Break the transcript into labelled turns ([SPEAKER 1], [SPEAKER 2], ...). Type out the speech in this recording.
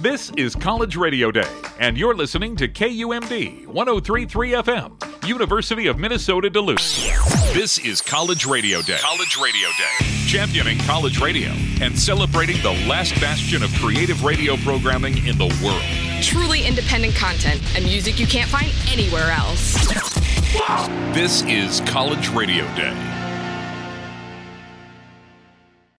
[SPEAKER 1] This is College Radio Day, and you're listening to KUMD 1033 FM, University of Minnesota Duluth. This is College Radio Day. College Radio Day. Championing college radio and celebrating the last bastion of creative radio programming in the world.
[SPEAKER 2] Truly independent content and music you can't find anywhere else.
[SPEAKER 1] This is College Radio Day.